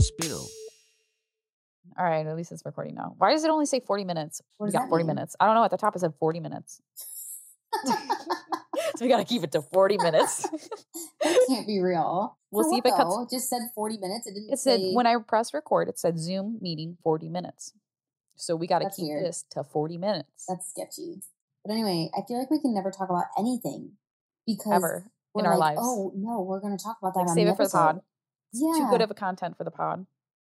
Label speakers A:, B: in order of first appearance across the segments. A: Spill.
B: All right, at least it's recording now. Why does it only say 40 minutes?
C: What
B: we
C: does
B: got
C: that
B: 40
C: mean?
B: minutes. I don't know. At the top it said 40 minutes. so we got to keep it to 40 minutes.
C: That can't be real.
B: We'll
C: For
B: see if
C: what,
B: it cuts-
C: though? Just said forty minutes. It didn't
B: It said,
C: say
B: when I pressed record, it said Zoom meeting 40 minutes. So we got to
C: That's
B: keep
C: weird.
B: this to 40 minutes
C: That's sketchy. But anyway, I feel like we can never talk about anything because
B: ever
C: we're
B: in our
C: like,
B: lives.
C: Oh no, we're going to talk about that.
B: Like,
C: on
B: save
C: the
B: it for the
C: episode.
B: pod.
C: Yeah,
B: Too good of a content for the pod.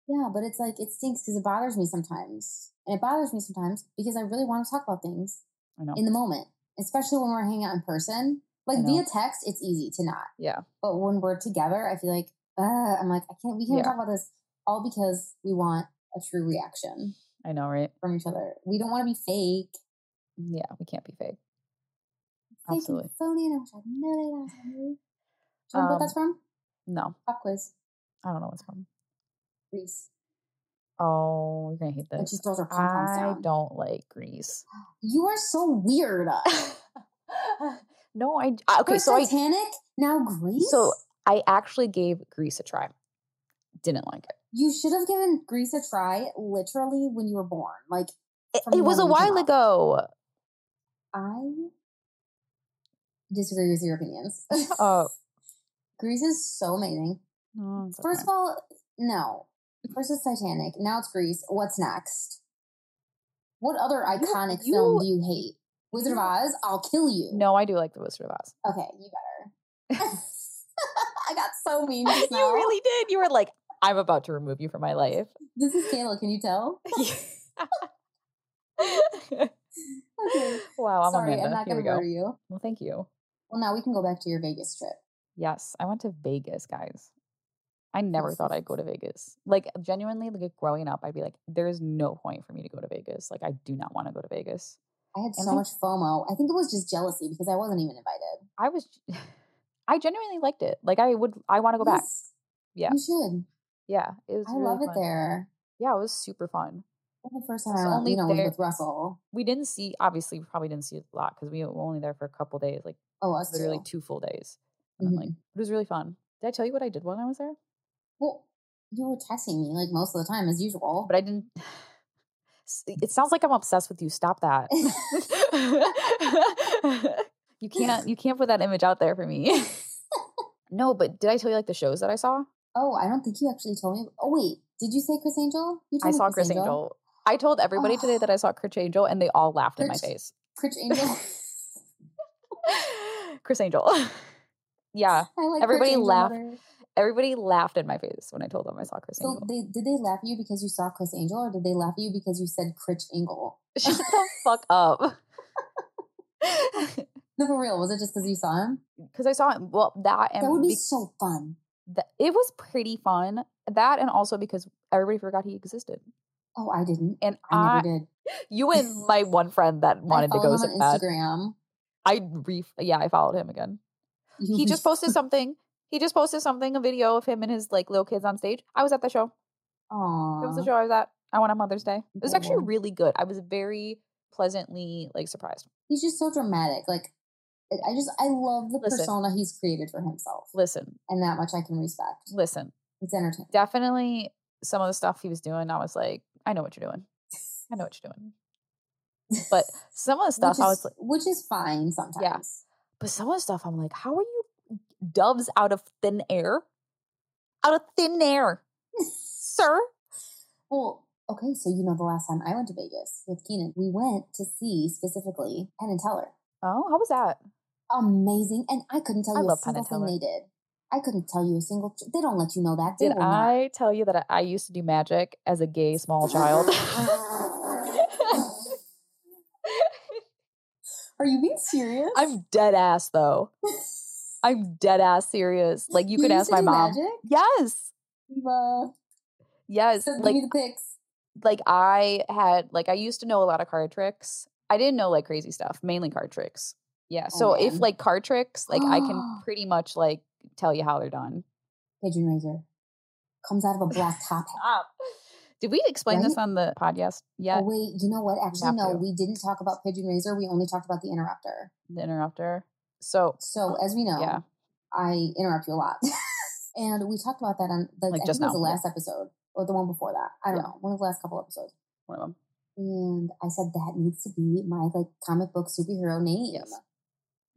C: yeah, but it's like it stinks because it bothers me sometimes, and it bothers me sometimes because I really want to talk about things
B: I know.
C: in the moment, especially when we're hanging out in person.
B: I
C: Like
B: know.
C: via text, it's easy to not.
B: Yeah.
C: But when we're together, I feel like uh, I'm like I can't. We can't
B: Yeah.
C: talk about this all because we want a true reaction
B: I know, right?
C: from each other. We don't want to be fake.
B: Yeah, we can't be fake.
C: Fake
B: Absolutely.
C: And phony, and I wish I know that. Do you know what
B: Um,
C: that's from?
B: No,
C: Pop quiz.
B: I don't know what's from.
C: Reese.
B: Oh, you're going to hate
C: And
B: this.
C: she throws her pom poms
B: I
C: down.
B: don't like Grease.
C: You are so weird.
B: no, I I- okay.
C: First
B: So I
C: Titanic, now Greece.
B: So- I actually gave Grease a try. Didn't like it.
C: you should have given Greece a try literally when you were born. Like
B: It,
C: From
B: it was a
C: when it came
B: while
C: out.
B: ago.
C: I disagree with your opinions.
B: Uh,
C: Greece is so amazing.
B: no, it's
C: First
B: okay.
C: of all, no. First is Titanic. Now it's Greece. What's next? What other iconic film do you hate? Wizard of
B: you-
C: Oz. I'll kill you.
B: no, I do like The Wizard of Oz.
C: Okay, you better. I got so mean.
B: you
C: just now.
B: really did. You were like, I'm about to remove you from my life.
C: This is Kayla. Can you tell? Okay.
B: wow, I'm
C: Sorry,
B: Amanda.
C: I'm not
B: Here
C: going
B: we
C: to
B: go.
C: murder you.
B: Well, thank you.
C: Well, now we can go back to your Vegas trip.
B: Yes, I went to Vegas, guys. I never thought I'd go to Vegas. Like genuinely, like growing up, I'd be like, there is no point for me to go to Vegas. Like I do not want to go to Vegas.
C: I had
B: And
C: so
B: I-
C: much FOMO. I think it was just jealousy because I wasn't even invited.
B: I was, I genuinely liked it. Like I would, I want to go back.
C: Yes,
B: Yeah.
C: You should.
B: Yeah, it was.
C: I
B: really
C: love it
B: fun.
C: there.
B: Yeah, it was super fun.
C: The first
B: It's
C: time I went,
B: only
C: you know, was
B: there-
C: with Russell.
B: We didn't see, obviously, we probably didn't see a lot because we were only there for a couple days, like
C: Oh, us
B: literally
C: too.
B: two full days. And then,
C: Mm-hmm.
B: like it was really fun. Did I tell you what I did while I was there?
C: Well, you were texting me like most of the time as usual.
B: But I didn't. S- It sounds like I'm obsessed with you. Stop that. you can't. You can't put that image out there for me. no, but did I tell you like the shows that I saw?
C: oh, I don't think you actually told me. Oh, wait. Did you say Chris Angel? You
B: I
C: told me
B: saw Chris Angel. I told everybody today that I saw Chris Angel, and they all laughed in my
C: Oh. Chris-
B: face.
C: Chris Angel.
B: Chris Angel. yeah,
C: I like Chris
B: Everybody
C: Angel
B: laughed.
C: better.
B: everybody laughed in my face when I told them I saw Chris
C: So
B: Angel.
C: they did they laugh at you because you saw Chris Angel, or did they laugh at you because you said Chris Angel?
B: Shut the fuck up.
C: No, for real. Was it just because you saw him?
B: Because I saw it. Well, that and
C: that would be
B: be-
C: so fun.
B: th- it was pretty fun. That and also because everybody forgot he existed,
C: Oh, I didn't.
B: and
C: I
B: I,
C: never did.
B: you and my one friend that wanted to
C: I
B: go
C: followed
B: so
C: him on
B: bad.
C: Instagram.
B: I re yeah, I followed him again.
C: You-
B: He just posted something. He just posted something, a video of him and his like little kids on stage. I was at the show. It was
C: Aw.
B: a show I was at. I went on Mother's Day. It was actually
C: Adorable.
B: really good. I was very pleasantly like surprised.
C: He's just so dramatic. Like, I- I just I love the
B: Listen.
C: persona he's created for himself,
B: Listen,
C: and that much I can respect.
B: listen.
C: It's entertaining.
B: Definitely some of the stuff he was doing, I was like, I know what you're doing. I know what you're doing. But some of the stuff
C: which is,
B: I was like,
C: which is fine sometimes.
B: but some of the stuff I'm like, how are you doves out of thin air? Out of thin air. Sir?
C: Well, okay. So you know, the last time I went to Vegas with Keenan, we went to see specifically Penn and Teller.
B: Oh, how was that?
C: Amazing, and I couldn't tell
B: I
C: you a
B: love Penn
C: single
B: and Teller.
C: thing they did. I couldn't tell you a single. tr- They don't let you know that. They
B: Did
C: will not.
B: I tell you that I, I used to do magic as a gay small child?
C: Are you being serious?
B: I'm dead ass though. I'm dead ass serious. Like you could ask
C: used to
B: my
C: do
B: mom.
C: Magic?
B: Yes.
C: Eva,
B: Yes.
C: so give
B: like
C: me the pics.
B: like I had like I used to know a lot of card tricks. I didn't know like crazy stuff, mainly card tricks. Yeah.
C: Oh,
B: So if
C: man.
B: like card tricks, like I can pretty much like tell you how they're done.
C: Pigeon raiser comes out of a black top hat.
B: Did we explain this on the podcast
C: Oh
B: yet?
C: wait, you know what? Actually,
B: have
C: no,
B: to.
C: we didn't talk about pigeon raiser. We only talked about the interrupter.
B: The interrupter. So
C: So as we know,
B: yeah.
C: I interrupt you a lot, and we talked about that on like,
B: Like
C: I
B: just
C: think
B: now,
C: it was the
B: yeah.
C: last episode or the one before that. I don't
B: Yeah.
C: know. One of the last couple episodes.
B: One of them.
C: And I said that needs to be my like comic book superhero name.
B: Yes.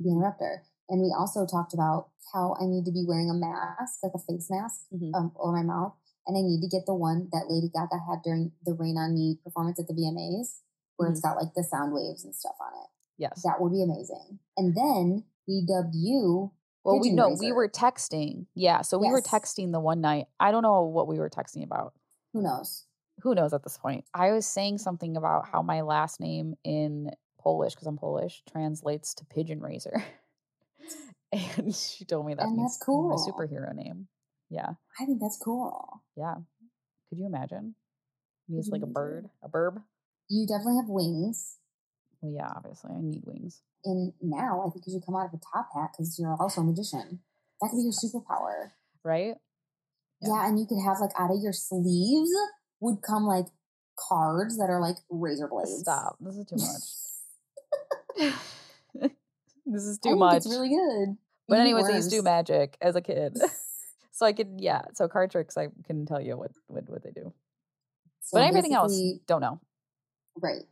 C: The interrupter. And we also talked about how I need to be wearing a mask, like a face mask,
B: Mhm.
C: um, over my mouth. And I need to get the one that Lady Gaga had during the Rain on Me performance at the VMAs, where
B: Mm-hmm.
C: it's got like the sound waves and stuff on it.
B: Yes.
C: That would be amazing. And then we dubbed you.
B: Well, we
C: pigeon
B: know we
C: raiser.
B: were texting. Yeah, so we were
C: Yes.
B: texting the one night. I don't know what we were texting about.
C: Who knows?
B: Who knows at this point? I was saying something about how my last name in Polish, because I'm Polish, translates to pigeon raiser, and she told me that
C: And
B: means
C: that's
B: my
C: cool.
B: superhero name. Yeah,
C: I think that's cool.
B: yeah. Could you imagine? Me as like a
C: Mhm.
B: bird, a burb.
C: You definitely have wings.
B: Well, yeah, obviously, I need wings.
C: And now I think you should come out of a top hat because you're also a magician. That could be your superpower.
B: right? Yeah.
C: Yeah. and you could have like out of your sleeves would come like cards that are like razor blades.
B: Stop. This is too much. this is
C: I
B: too
C: think
B: much.
C: It's really good.
B: but
C: You
B: anyways, I
C: worms.
B: used to do magic as a kid. so I could yeah, so card tricks I can tell you what what, what they do.
C: So
B: but everything else
C: basically-
B: don't know.
C: right?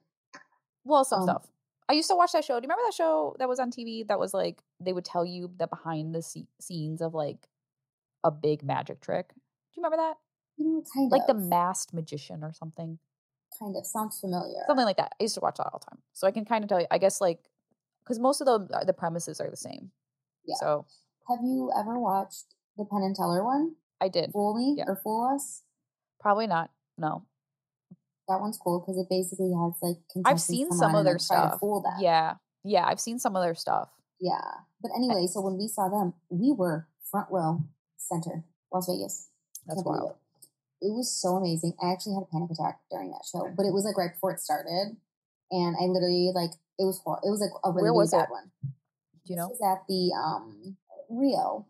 B: Well, some
C: Um,
B: stuff. I used to watch that show. Do you remember that show that was on TV that was like they would tell you the behind the sce- scenes of like a big magic trick? Do you remember that?
C: You know, kind
B: Like the
C: of,
B: masked magician or something.
C: kind of sounds familiar.
B: something like that. I used to watch that all the time, so I can kind of tell you. I guess like because most of uh, the the premises are the same.
C: Yeah.
B: So
C: Have you ever watched the Penn and Teller one?
B: I did
C: Fool me
B: Yeah.
C: or fool us?
B: probably not. No,
C: That one's cool because it basically has like contestants
B: seen
C: come
B: some
C: on
B: of
C: and,
B: their
C: like, try to
B: stuff.
C: fool them.
B: yeah, yeah. I've seen some of their stuff.
C: Yeah. But anyway, so when we saw them, we were front row center, Las Vegas.
B: That's
C: Can't believe
B: wild.
C: It. it was so amazing. I actually had a panic attack during that show, but it was like right before it started. And I literally like it was hor- it was like a really,
B: Where
C: really
B: was
C: bad
B: it?
C: one.
B: Do you know?
C: This was at the um Rio.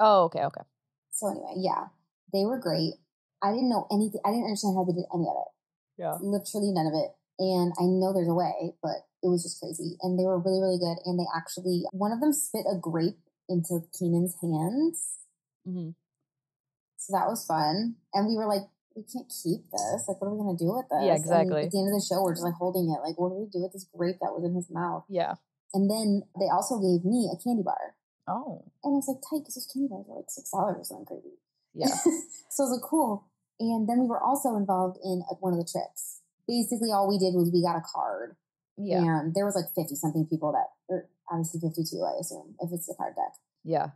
B: Oh, okay, okay.
C: So anyway, yeah. They were great. I didn't know anything I didn't understand how they did any of it.
B: Yeah.
C: literally none of it. And I know there's a way, but it was just crazy. And they were really, really good. And they actually, one of them spit a grape into Keenan's hands.
B: hmm
C: So that was fun. And we were like, we can't keep this. Like, what are we going to do with this?
B: Yeah,
C: And
B: exactly.
C: at the end of the show, we're just like holding it. Like, what do we do with this grape that was in his mouth?
B: Yeah.
C: And then they also gave me a candy bar.
B: Oh,
C: And I was like, tight, because those candy bars were like $6 or something crazy.
B: yeah.
C: so it was like, cool. And then we were also involved in uh, one of the tricks. Basically, all we did was we got a card.
B: Yeah.
C: And there was like 50 something people that, or obviously 52, I assume, if it's the card deck.
B: Yeah.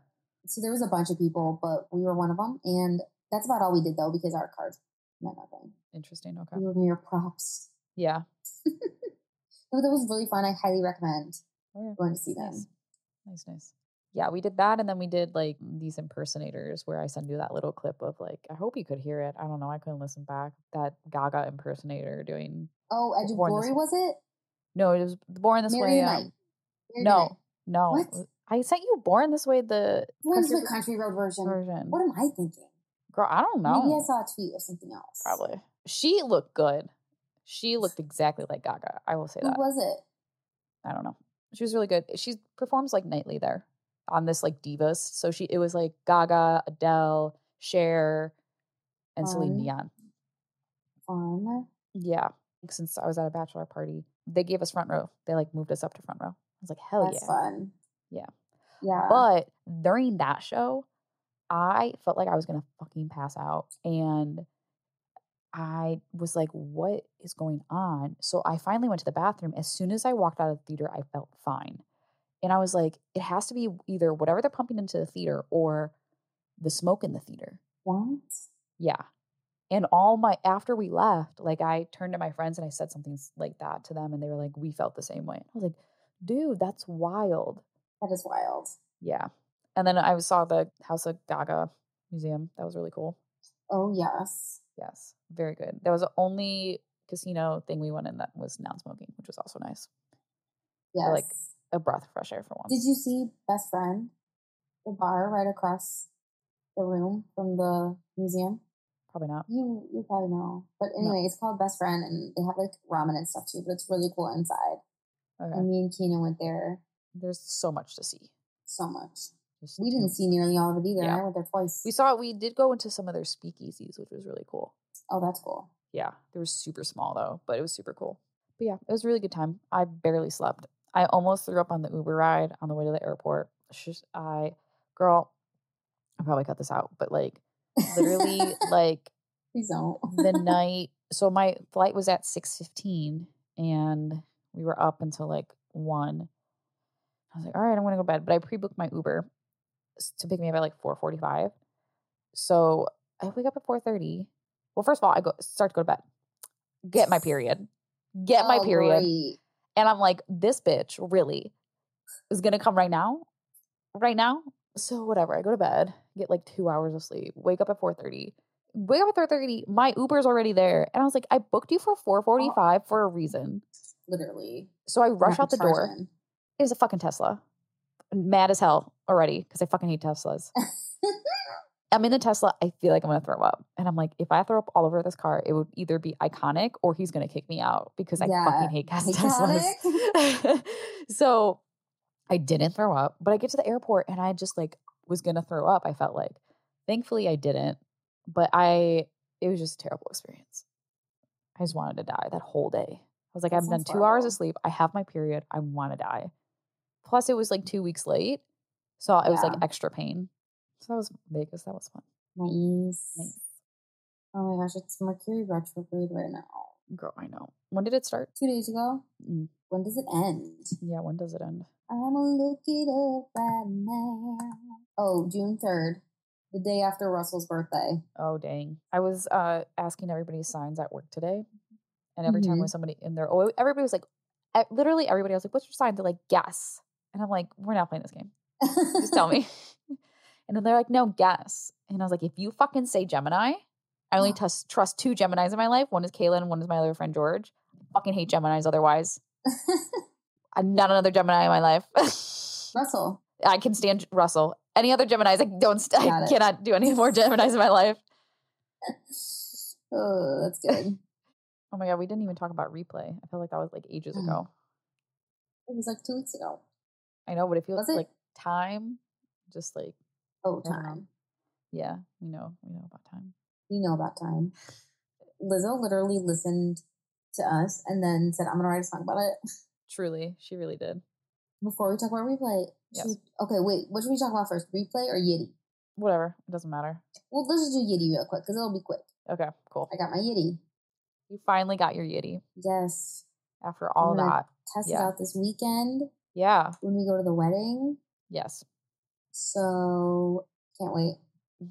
C: So there was a bunch of people, but we were one of them. And that's about all we did though, because our cards meant nothing.
B: Interesting.
C: We
B: Okay.
C: were mere props.
B: Yeah.
C: But that was really fun. I highly recommend
B: Okay.
C: going to see them.
B: Nice. Nice, nice. Yeah, we did that and then we did like these impersonators where I sent you that little clip of like I hope you could hear it. I don't know, I couldn't listen back. That Gaga impersonator doing
C: Oh, Edge of
B: Born This
C: Glory
B: Way.
C: was it?
B: No, it was Born This
C: Mary
B: Way.
C: Knight.
B: um,
C: Mary
B: no,
C: Knight.
B: no.
C: What?
B: w- I sent you Born This Way the
C: Born This Way
B: country
C: Country Road version.
B: version.
C: What am I thinking?
B: Girl, I don't know.
C: Maybe I saw a tweet of something else.
B: Probably. She looked good. She looked exactly like Gaga. I will say
C: Who
B: that.
C: was it?
B: I don't know. She was really good. She performs like nightly there on this like divas. So she it was like Gaga, Adele, Cher, and Celine
C: Fun.
B: Dion.
C: Fun.
B: Yeah. Since I was at a bachelor party, they gave us front row. They like moved us up to front row. I was like, hell
C: That's
B: Oh, yeah.
C: fun.
B: Yeah.
C: Yeah.
B: But during that show, I felt like I was gonna fucking pass out. And I was like, what is going on? So I finally went to the bathroom. As soon as I walked out of the theater, I felt fine. And I was like, it has to be either whatever they're pumping into the theater or the smoke in the theater.
C: what?
B: Yeah. And all my after we left, like I turned to my friends and I said something s- like that to them and they were like, we felt the same way. I was like, dude, that's wild.
C: That is wild.
B: Yeah. And then I saw the House of Gaga museum. That was really cool.
C: Oh yes.
B: Yes. Very good. That was the only casino thing we went in that was non smoking, which was also nice.
C: Yes.
B: Or, like, um A breath of fresh air for once.
C: Did you see Best Friend? The bar right across the room from the museum.
B: Probably not.
C: You you probably know. But anyway, it's called Best Friend and they have like ramen and stuff too, but it's really cool inside.
B: Okay.
C: And me and Keenan went there
B: There's so much to see.
C: so much.
B: Just
C: We
B: too
C: didn't see nearly all of it either.
B: Yeah.
C: I went there twice.
B: We saw we did go into some of their speakeasies, which was really cool.
C: Oh, that's cool.
B: Yeah, they were super small though, but it was super cool. But yeah, it was a really good time. I barely slept. I almost threw up on the Uber ride on the way to the airport. It's just I, girl, I probably cut this out, but like literally like
C: Please don't.
B: the night. So my flight was at six fifteen, and we were up until like one. I was like, all right, I'm gonna go to bed, but I pre-booked my Uber s- to pick me up at like four forty-five. So I wake up at four thirty. Well, first of all, I go start to go to bed, get my period, get my
C: Oh,
B: period,
C: great.
B: and I'm like, this bitch really is gonna come right now, right now. So whatever, I go to bed, get like two hours of sleep, wake up at four thirty, wake up at four thirty. My Uber's already there, and I was like, I booked you for four forty five for a reason.
C: Literally.
B: So I rush
C: Rapid
B: out the
C: charge
B: door.
C: in.
B: It was a fucking Tesla. Mad as hell already because I fucking hate Teslas. I'm in the Tesla. I feel like I'm gonna throw up, and I'm like, if I throw up all over this car, it would either be iconic or he's gonna kick me out because I
C: Yeah.
B: fucking hate gas Teslas. so I didn't throw up, but I get to the airport and I just like was gonna throw up. I felt like, thankfully, I didn't, but I it was just a terrible experience. I just wanted to die that whole day. I was like,
C: That
B: I've done
C: sounds
B: two hours
C: horrible.
B: of sleep. I have my period. I want to die. Plus, it was like two weeks late, so it was like
C: Yeah.
B: extra pain. So that was Vegas. That was fun.
C: Nice.
B: Nice,
C: Oh my gosh, it's Mercury retrograde right now.
B: girl. I know. When did it start?
C: Two days ago.
B: Mm,
C: When does it end?
B: Yeah. When does it end?
C: I'm gonna look it up right now. Oh, June 3rd, the day after Russell's birthday.
B: Oh dang! I was uh, asking everybody's signs at work today, and every time
C: Mhm.
B: was somebody in there. Oh, everybody was like, e- literally everybody. I was like, "What's your sign?" They're like, "Guess," and I'm like, "We're not playing this game. Just tell me." and then they're like, "No, guess." And I was like, "If you fucking say Gemini, I only trust trust two Gemini's in my life. One is Kayla, and one is my other friend George. fucking hate Gemini's. Otherwise, I'm not another Gemini in my life."
C: Russell.
B: I can stand J- Russell. Any other Gemini's, I don't. St-
C: Got
B: I
C: it.
B: cannot do any more Gemini's in my life.
C: Oh, that's good.
B: Oh my god, we didn't even talk about replay. I feel like that was like ages
C: Mm.
B: ago.
C: It was like two weeks ago.
B: I know, but it feels
C: Was it?
B: like time, just like
C: Oh,
B: I don't know.
C: time.
B: yeah, we know, we know about time.
C: You know about time. Lizzo literally listened to us and then said, I'm gonna write a song about it.
B: Truly, she really did.
C: Before we talk about replay,
B: Yes.
C: should we- okay, wait, what should we talk about first? Replay or Yiddy?
B: Whatever, it doesn't matter.
C: Well, let's just do Yiddy real quick because it'll be quick.
B: Okay, cool.
C: I got my Yiddy.
B: You finally got your yeti
C: Yes.
B: after all
C: gonna-
B: that.
C: Test it
B: Yeah.
C: out this weekend
B: Yeah.
C: when we go to the wedding.
B: Yes,
C: So can't wait.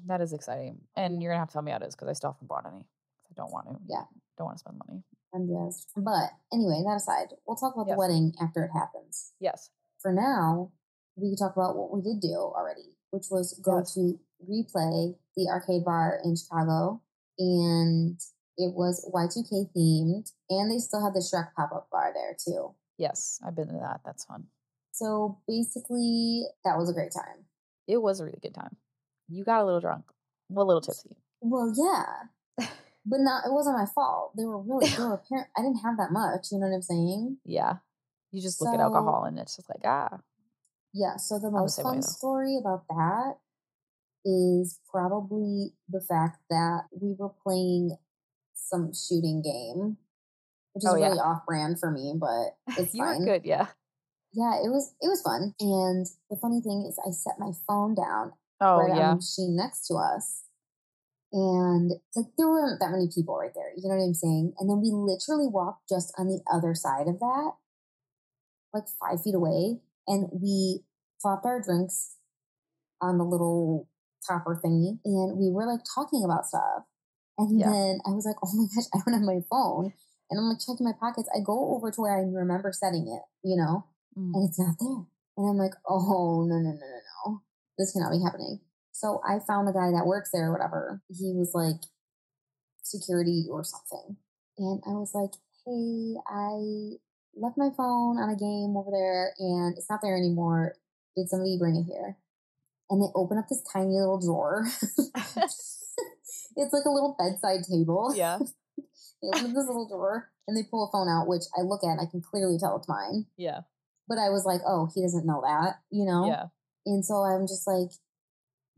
B: that is exciting, and you're gonna have to tell me how it is because I still haven't bought any. I don't want to.
C: Yeah.
B: Don't want to spend money.
C: I'm jazzed. But anyway, that aside, we'll talk about
B: Yes.
C: the wedding after it happens.
B: Yes.
C: For now, we can talk about what we did do already, which was go
B: Yes.
C: to replay the arcade bar in Chicago, and it was Y2K themed, and they still had the Shrek pop up bar there too.
B: Yes, I've been to that. That's fun.
C: So basically, that was a great time.
B: It was a really good time. You got a little drunk, well, a little tipsy.
C: Well, yeah. But not, it wasn't my fault. They were really, they were apparent. I didn't have that much. You know what I'm saying?
B: Yeah. You just look at
C: So-
B: alcohol and it's just like, ah,
C: Yeah. So
B: the
C: the most
B: same way,
C: fun
B: though.
C: story about that is probably the fact that we were playing some shooting game, which is
B: Oh, yeah.
C: really off brand for me, but it's
B: you
C: fine.
B: were good, yeah.
C: Yeah, it was it was fun. And the funny thing is, I set my phone down
B: Oh
C: right on
B: yeah.
C: the machine next to us. And it's like there weren't that many people right there. You know what I'm saying? And then we literally walked just on the other side of that, like five feet away, and we popped our drinks on the little topper thingy and we were like talking about stuff. And
B: Yeah.
C: then I was like, oh my gosh, I don't have my phone. And I'm like checking my pockets. I go over to where I remember setting it, you know?
B: Mm.
C: and it's not there. And I'm like, oh, no, no, no, no, no. This cannot be happening. So I found the guy that works there, whatever. He was like security or something. And I was like, hey, I left my phone on a game over there and it's not there anymore. Did somebody bring it here? And they open up this tiny little drawer. it's like a little bedside table.
B: Yeah.
C: They open up this little drawer and they pull a phone out, which I look at and I can clearly tell it's mine
B: Yeah.
C: but I was like, oh, he doesn't know that, you know?
B: Yeah.
C: And so I'm just like,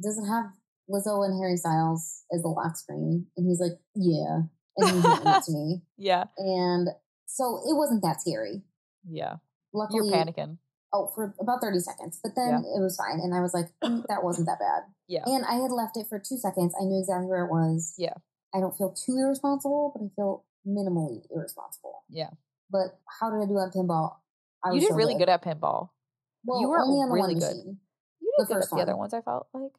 C: doesn't have Lizzo and Harry Styles is the lock screen, and he's like, "Yeah," and he's it to me,
B: Yeah.
C: and so it wasn't that scary.
B: Yeah. You're
C: Luckily,
B: panicking.
C: oh, for about thirty seconds, but then it was fine, and I was like, "Mm, "That wasn't that bad."
B: Yeah.
C: And I had left it for two seconds. I knew exactly where it was.
B: Yeah.
C: I don't feel too irresponsible, but I feel minimally irresponsible.
B: Yeah.
C: But how did I do on pinball? I
B: You
C: was
B: did
C: so
B: really good at pinball.
C: Well,
B: you were
C: only on the
B: really
C: one
B: good.
C: machine.
B: You
C: The
B: did good at
C: first
B: the other
C: one.
B: ones, I felt like.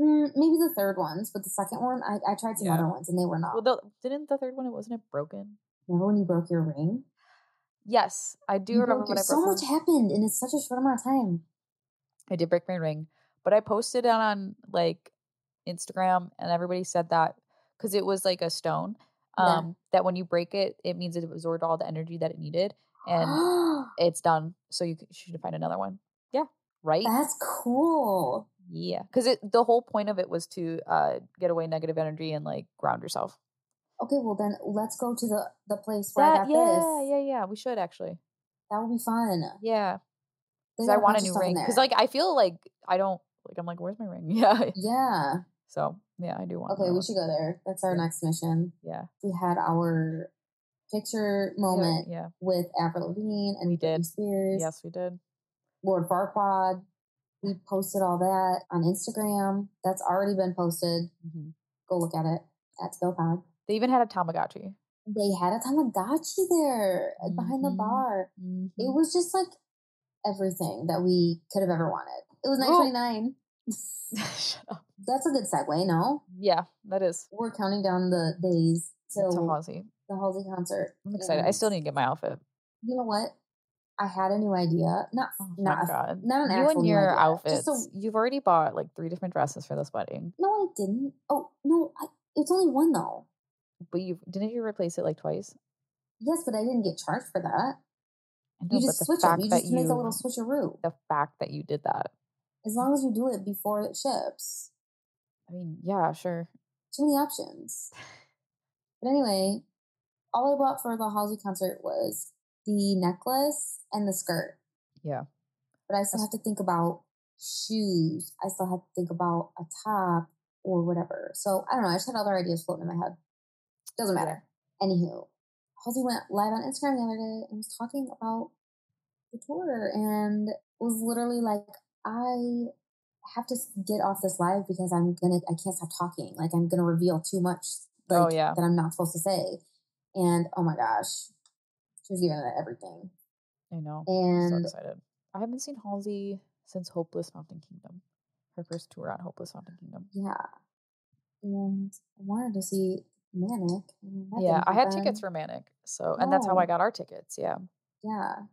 C: Mm, maybe the third ones, but the second one, I, I tried some
B: Yeah.
C: other ones and they were not.
B: Well, the, didn't the third one, it wasn't it broken?
C: Remember when you broke your ring?
B: Yes. I do
C: You
B: remember
C: broke
B: when I
C: your- Mm-hmm, so
B: broke my-
C: much happened, and it's such a short amount of time.
B: I did break my ring, but I posted it on like Instagram and everybody said that because it was like a stone.
C: Yeah.
B: Um, that when you break it, it means it absorbed all the energy that it needed and it's done. So you c- should find another one. Yeah. Right.
C: That's cool.
B: Yeah. Cause it, the whole point of it was to, uh, get away negative energy and like ground yourself.
C: Okay, well then let's go to the the place where I
B: That,
C: got
B: yeah,
C: this.
B: yeah, yeah. We should actually.
C: That would be fun.
B: Yeah.
C: They
B: Cause
C: got
B: I
C: a
B: want a
C: bunch of
B: new
C: stuff in
B: ring. Cause
C: there.
B: like, I feel like I don't, like, I'm like, where's my ring? Yeah.
C: yeah.
B: So yeah, I do want
C: Okay,
B: another
C: we
B: one.
C: should go there. That's our
B: Yeah.
C: next mission.
B: Yeah.
C: We had our picture moment
B: Yeah.
C: with Avril Lavigne and
B: We
C: Britney
B: did.
C: Spears,
B: Yes, we did.
C: Lord Farquaad. We posted all that on Instagram. That's already been posted.
B: hmm
C: Go look at it at Spillpod.
B: They even had a Tamagotchi.
C: They had a Tamagotchi there uh, behind the
B: Mhm.
C: bar. It
B: Mhm.
C: was just like everything that we could have ever wanted. It was
B: Ooh.
C: 929.
B: Shut up.
C: That's a good segue, no?
B: Yeah, that is.
C: We're counting down the days
B: To
C: till
B: Halsey.
C: the Halsey concert.
B: I'm excited. I
C: and-
B: still need to get my outfit.
C: you know what? I had a new idea. Not
B: Oh
C: not
B: my
C: a,
B: god.
C: not an
B: You
C: actual
B: and
C: new
B: your
C: idea.
B: outfits.
C: Just a
B: You've already bought like three different dresses for this wedding.
C: no, I didn't. Oh no, I, it's only one though.
B: But you didn't you replace it like twice?
C: Yes, but I didn't get charged for that.
B: I know, but
C: You just
B: the
C: switch them.
B: fact
C: You
B: that
C: just make a
B: you
C: little switcheroo.
B: the fact that you did that.
C: As long as you do it before it ships.
B: I mean, yeah, sure.
C: Too many options. But anyway, all I bought for the Halsey concert was the necklace and the skirt.
B: Yeah.
C: But I still have to think about shoes. I still have to think about a top or whatever. So I don't know. I just had other ideas floating in my head. Doesn't
B: Yeah.
C: matter. Anywho, Halsey went live on Instagram the other day and was talking about the tour and was literally like, I have to get off this live because I'm gonna, I can't stop talking. Like, I'm gonna reveal too much, like,
B: Oh, yeah.
C: that I'm not supposed to say. And oh my gosh, she was giving it everything.
B: I know. so
C: And
B: excited. I haven't seen Halsey since Hopeless Mountain Kingdom. Her first tour on Hopeless Mountain Kingdom.
C: yeah, and I wanted to see Manic. And that
B: Yeah,
C: didn't Oh.
B: I had
C: happen.
B: tickets for Manic. So, and that's how I
C: No.
B: got our tickets. Yeah.
C: Yeah.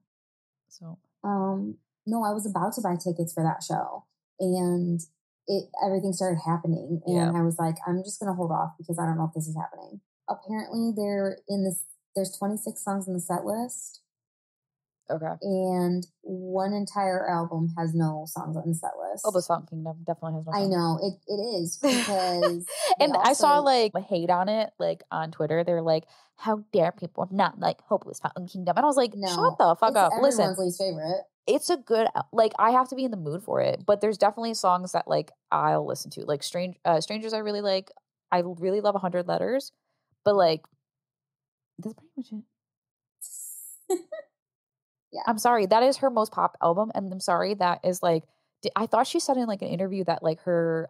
B: So,
C: um no i was about to buy tickets for that show and it everything started happening and
B: Yeah.
C: i was like i'm just gonna hold off because i don't know if this is happening apparently they're in this there's 26 songs in the set list
B: okay.
C: and one entire album has no songs on the set list
B: Hopeless Mountain Kingdom definitely has no
C: i
B: songs.
C: know it, it is because they
B: and I saw
C: also-
B: like a hate on it, like on Twitter. They're like, how dare people not like Hopeless Mountain Kingdom? And I was like,
C: no
B: shut the fuck
C: it's
B: up. Listen,
C: everyone's least favorite
B: it's a good uh, like I have to be in the mood for it, but there's definitely songs that like I'll listen to. Like Strange uh, Strangers I really like. I l- really love 100 Letters, but like that's pretty much it. I'm sorry, that is her most pop album and I'm sorry that is like di- I thought she said in like an interview that like her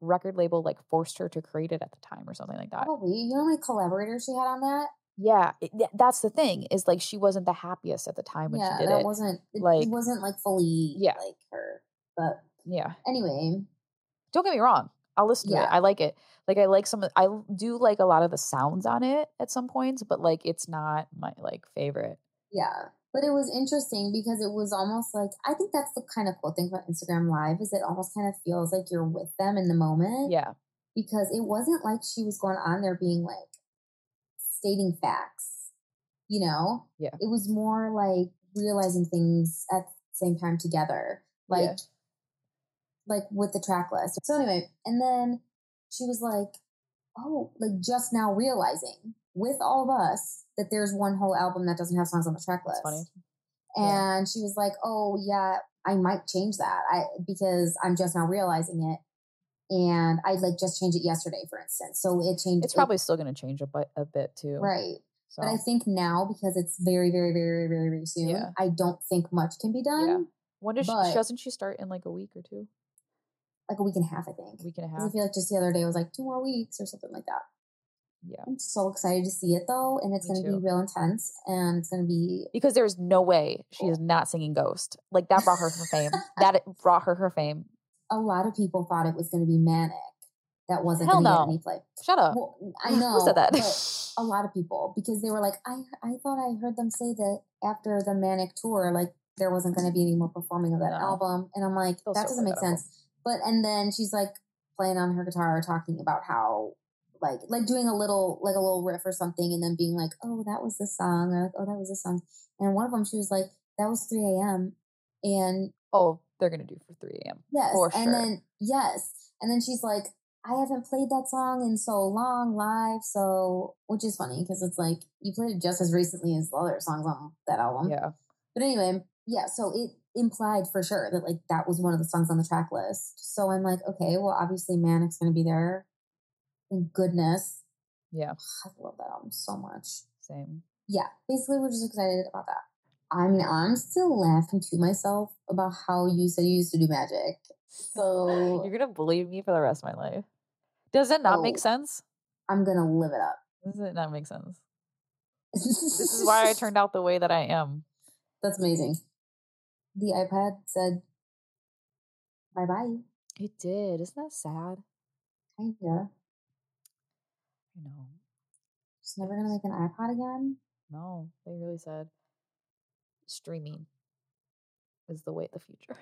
B: record label like forced her to create it at the time or something like that.
C: probably you know how many collaborators she had on that
B: Yeah, it- yeah, that's the thing is like she wasn't the happiest at the time when
C: yeah,
B: she did
C: that
B: it.
C: wasn't it,
B: like-
C: it wasn't like fully
B: Yeah.
C: like her. But
B: Yeah.
C: anyway,
B: don't get me wrong i'll listen to it
C: Yeah.
B: i like it like i like some of- i l- do like a lot of the sounds on it at some points but like it's not my like favorite
C: yeah. But it was interesting because it was almost like I think that's the kind of cool thing about Instagram Live is it almost kind of feels like you're with them in the moment.
B: yeah
C: Because it wasn't like she was going on there being like stating facts, you know?
B: Yeah.
C: It was more like realizing things at the same time together. Like
B: Yeah.
C: like with the track list. So anyway, and then she was like, "Oh, like just now realizing with all of us that there's one whole album that doesn't have songs on the track
B: That's
C: list."
B: funny. Yeah.
C: And she was like, "Oh yeah, I might change that. I because I'm just now realizing it." and I like just changed it yesterday, for instance. So it changed.
B: It's probably still going to change a, bu- a bit too.
C: it, right.
B: So,
C: But I think now because it's very, very, very, very, very soon,
B: Yeah.
C: I don't think much can be done.
B: Yeah. when does she,
C: but-
B: doesn't she start in like a week or two?
C: Like a week and a half, I think.
B: Week and a
C: 'Cause I
B: half?
C: feel like just the other day it was like two more weeks or something like that.
B: Yeah.
C: I'm so excited to see it though, and it's
B: Me
C: going to
B: too.
C: be real intense, and it's going to be
B: Because there's no way she is not singing Ghost. Like that brought her her fame. that brought her her fame.
C: a lot of people thought it was going to be manic. That wasn't
B: Hell
C: going to
B: no.
C: get any play.
B: Shut up.
C: Well, I
B: Who
C: know.
B: said that?
C: but a lot of people because they were like, I I thought I heard them say that after the manic tour, like there wasn't going to be any more performing of that
B: No.
C: album, and I'm like,
B: They'll
C: that
B: still
C: doesn't
B: play
C: make
B: that album.
C: sense. But and then she's like playing on her guitar, talking about how like like doing a little like a little riff or something, and then being like, oh, that was this song, or like, oh, that was this song, and one of them she was like, that was 3 a.m. and
B: Oh, they're gonna do for three a.m.
C: Yes.
B: For
C: and
B: sure.
C: then yes. And then she's like, I haven't played that song in so long live, so which is funny because it's like you played it just as recently as the other songs on that album.
B: Yeah.
C: But anyway, yeah, so it implied for sure that like that was one of the songs on the track list. So I'm like, okay, well obviously Manic's gonna be there. Thank goodness.
B: Yeah.
C: I love that album so much.
B: Same.
C: Yeah, basically we're just excited about that. I mean, I'm still laughing to myself about how you said you used to do magic. So
B: You're gonna bully me for the rest of my life. Does it not make
C: Oh.
B: sense?
C: I'm gonna live it up.
B: Does it not make sense?
C: this
B: This is why I turned out the way that I am.
C: That's amazing. The iPad said bye bye.
B: It did. Isn't that sad?
C: Kinda.
B: I know.
C: She's never gonna make an iPod again.
B: No, they really said streaming is the way of the future.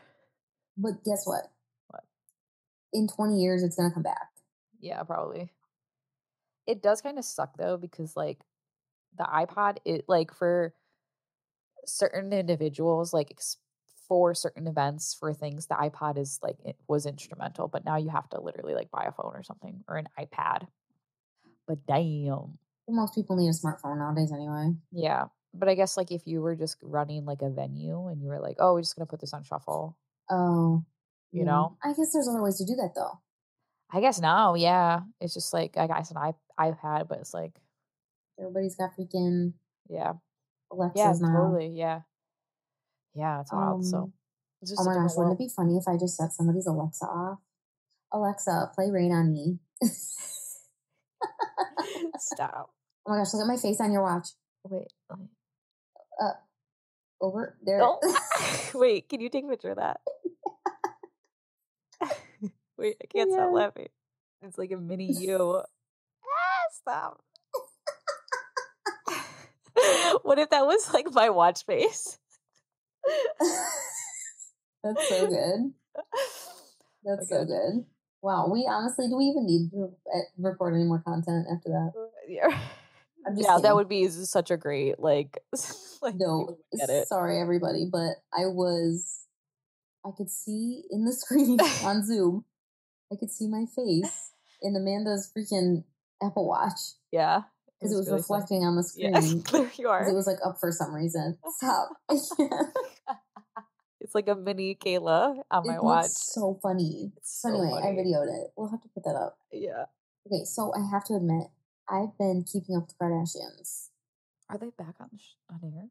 C: But guess what?
B: What?
C: In 20 years, it's gonna come back.
B: Yeah, probably. It does kind of suck though because like the iPod it like for certain individuals like ex- for certain events for things the iPod is like it was instrumental but now you have to literally like buy a phone or something or an iPad. But damn.
C: But most people need a smartphone nowadays anyway.
B: Yeah. But I guess like if you were just running like a venue and you were like, "Oh, we're just going to put this on shuffle."
C: Oh.
B: You
C: yeah.
B: know?
C: I guess there's other ways to do that though.
B: I guess no, yeah. It's just like I guess an iP- iPad but it's like
C: Everybody's got freaking
B: yeah.
C: Alexas
B: Yeah,
C: now.
B: totally. Yeah. Yeah, it's wild. so
C: Um,
B: it's just
C: oh
B: a
C: my
B: different
C: gosh, wouldn't
B: world.
C: it be funny if I just set somebody's Alexa off? Alexa, play Rain on Me.
B: Stop.
C: Oh my gosh, look at my face on your watch.
B: Wait. wait.
C: Over there.
B: No. wait, can you take a picture of that? wait, I can't stop
C: Yeah.
B: laughing. It's like a mini you. ah, stop. what if that was like my watch face?
C: That's so good. That's so
B: God.
C: good. Wow, we honestly do we even need to re- eh, record any more content after that?
B: yeah,
C: I'm just
B: yeah
C: kidding.
B: that would be such a great like. like
C: No,
B: people would get it.
C: sorry everybody, but I was I could see in the screen on Zoom, I could see my face in Amanda's freaking Apple Watch
B: Yeah,
C: because it was,
B: really fun.
C: reflecting on the screen.
B: Yeah, there you
C: 'cause
B: are.
C: It was like up for some reason. Stop.
B: It's like a mini Kayla on my
C: it
B: watch.
C: looks so funny.
B: It's
C: So,
B: so
C: anyway, I
B: funny.
C: videoed it. We'll have to put that up.
B: Yeah.
C: Okay, so I have to admit, I've been keeping up with the Kardashians.
B: Are they back on sh- on air?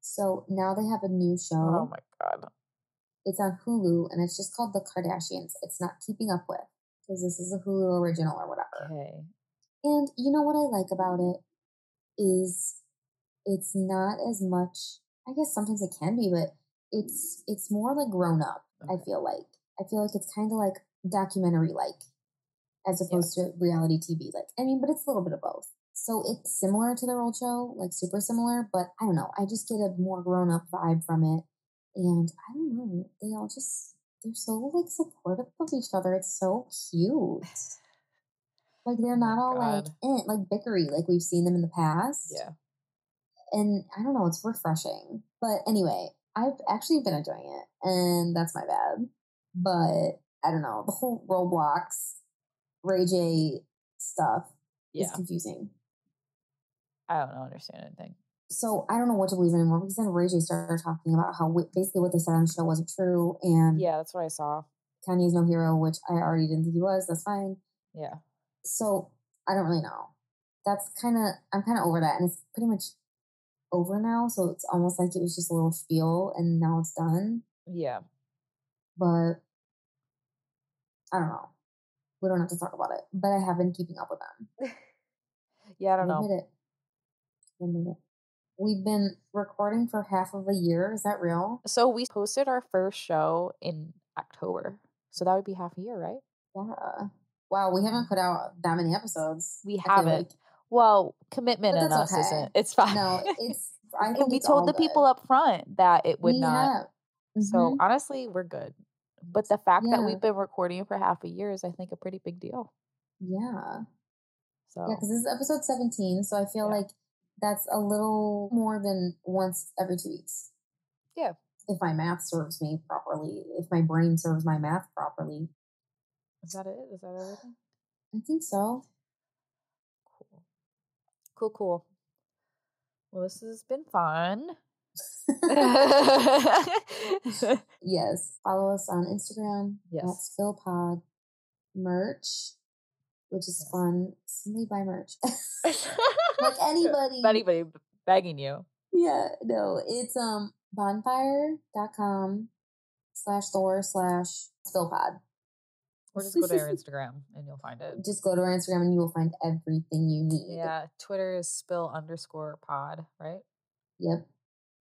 C: So now they have a new show.
B: Oh my god.
C: It's on Hulu and it's just called The Kardashians. It's not keeping up with because this is a Hulu original or whatever.
B: Okay.
C: And you know what I like about it is it's not as much I guess sometimes it can be, but it's it's more like grown up, I
B: Okay.
C: feel like. I feel like it's kind of like documentary like as
B: Yeah.
C: opposed to reality TV. Like, I mean, but it's a little bit of both. So it's similar to their old show, like super similar, but I don't know. I just get a more grown up vibe from it. And I don't know. They all just, they're so like supportive of each other. It's so cute. Like, they're
B: Oh my
C: not all like,
B: God.
C: eh, like bickery, like we've seen them in the past.
B: Yeah.
C: And I don't know. It's refreshing. But anyway, I've actually been enjoying it. And that's my bad. But I don't know. The whole Roblox, Ray J stuff
B: Yeah.
C: it's confusing.
B: I don't know, understand anything.
C: So I don't know what to believe anymore because then Ray J started talking about how wh- basically what they said on the show wasn't true, and
B: Yeah, that's what I saw.
C: Kanye's no hero, which I already didn't think he was. That's fine.
B: Yeah.
C: So I don't really know. That's kind of I'm kind of over that, and it's pretty much over now. So it's almost like it was just a little spiel, and now it's done.
B: Yeah.
C: But I don't know. We don't have to talk about it. But I have been keeping up with them.
B: Yeah, I don't know.
C: Admit it. Admit it. We've been recording for half of a year. Is that real?
B: So we posted our first show in October. So that would be half a year, right?
C: Yeah. Wow, we haven't put out that many episodes.
B: We
C: I feel
B: haven't. Well, commitment
C: But
B: in us
C: that's okay.
B: isn't. It's
C: like.
B: fine.
C: No, it's. I
B: And
C: think
B: we
C: it's
B: told
C: all
B: the
C: good.
B: people up front that it would
C: We
B: not.
C: have.
B: So
C: Mhm.
B: honestly, we're good. But the fact that
C: Yeah.
B: we've been recording for half a year is, I think, a pretty big deal.
C: Mm-hmm. yeah,
B: So
C: yeah, because this is episode seventeen, so I feel
B: Yeah.
C: like that's a little more than once every two weeks.
B: Yeah.
C: If my math serves me properly, if my brain serves my math properly,
B: is that it? Is that everything?
C: I think so.
B: Cool. Cool, cool. Well, this has been fun.
C: Yes. Follow us on Instagram at
B: Yes.
C: SpillPod. Merch, which is
B: Yes.
C: fun. Somebody buy merch. like anybody.
B: Anybody b- begging you.
C: Yeah, no. It's um bonfire.com slash store slash SpillPod.
B: Or just go to our Instagram and you'll find it.
C: Just go to our Instagram and you will find everything you need.
B: Yeah. Twitter is spill underscore pod, right?
C: Yep.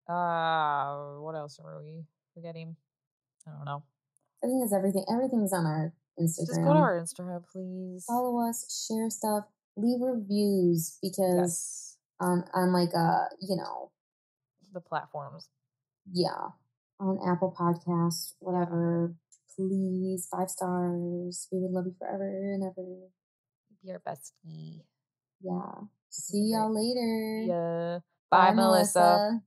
B: Uh what else are we forgetting? I don't know.
C: I think that's everything. Everything's on our Instagram.
B: Just go to our Instagram, please.
C: Follow us, share stuff, leave reviews because
B: Yes.
C: on on like a you know
B: The platforms.
C: yeah on apple Podcasts, whatever please five stars we would love you forever and ever
B: Be our bestie.
C: yeah see y'all later
B: Yeah. Bye, Melissa.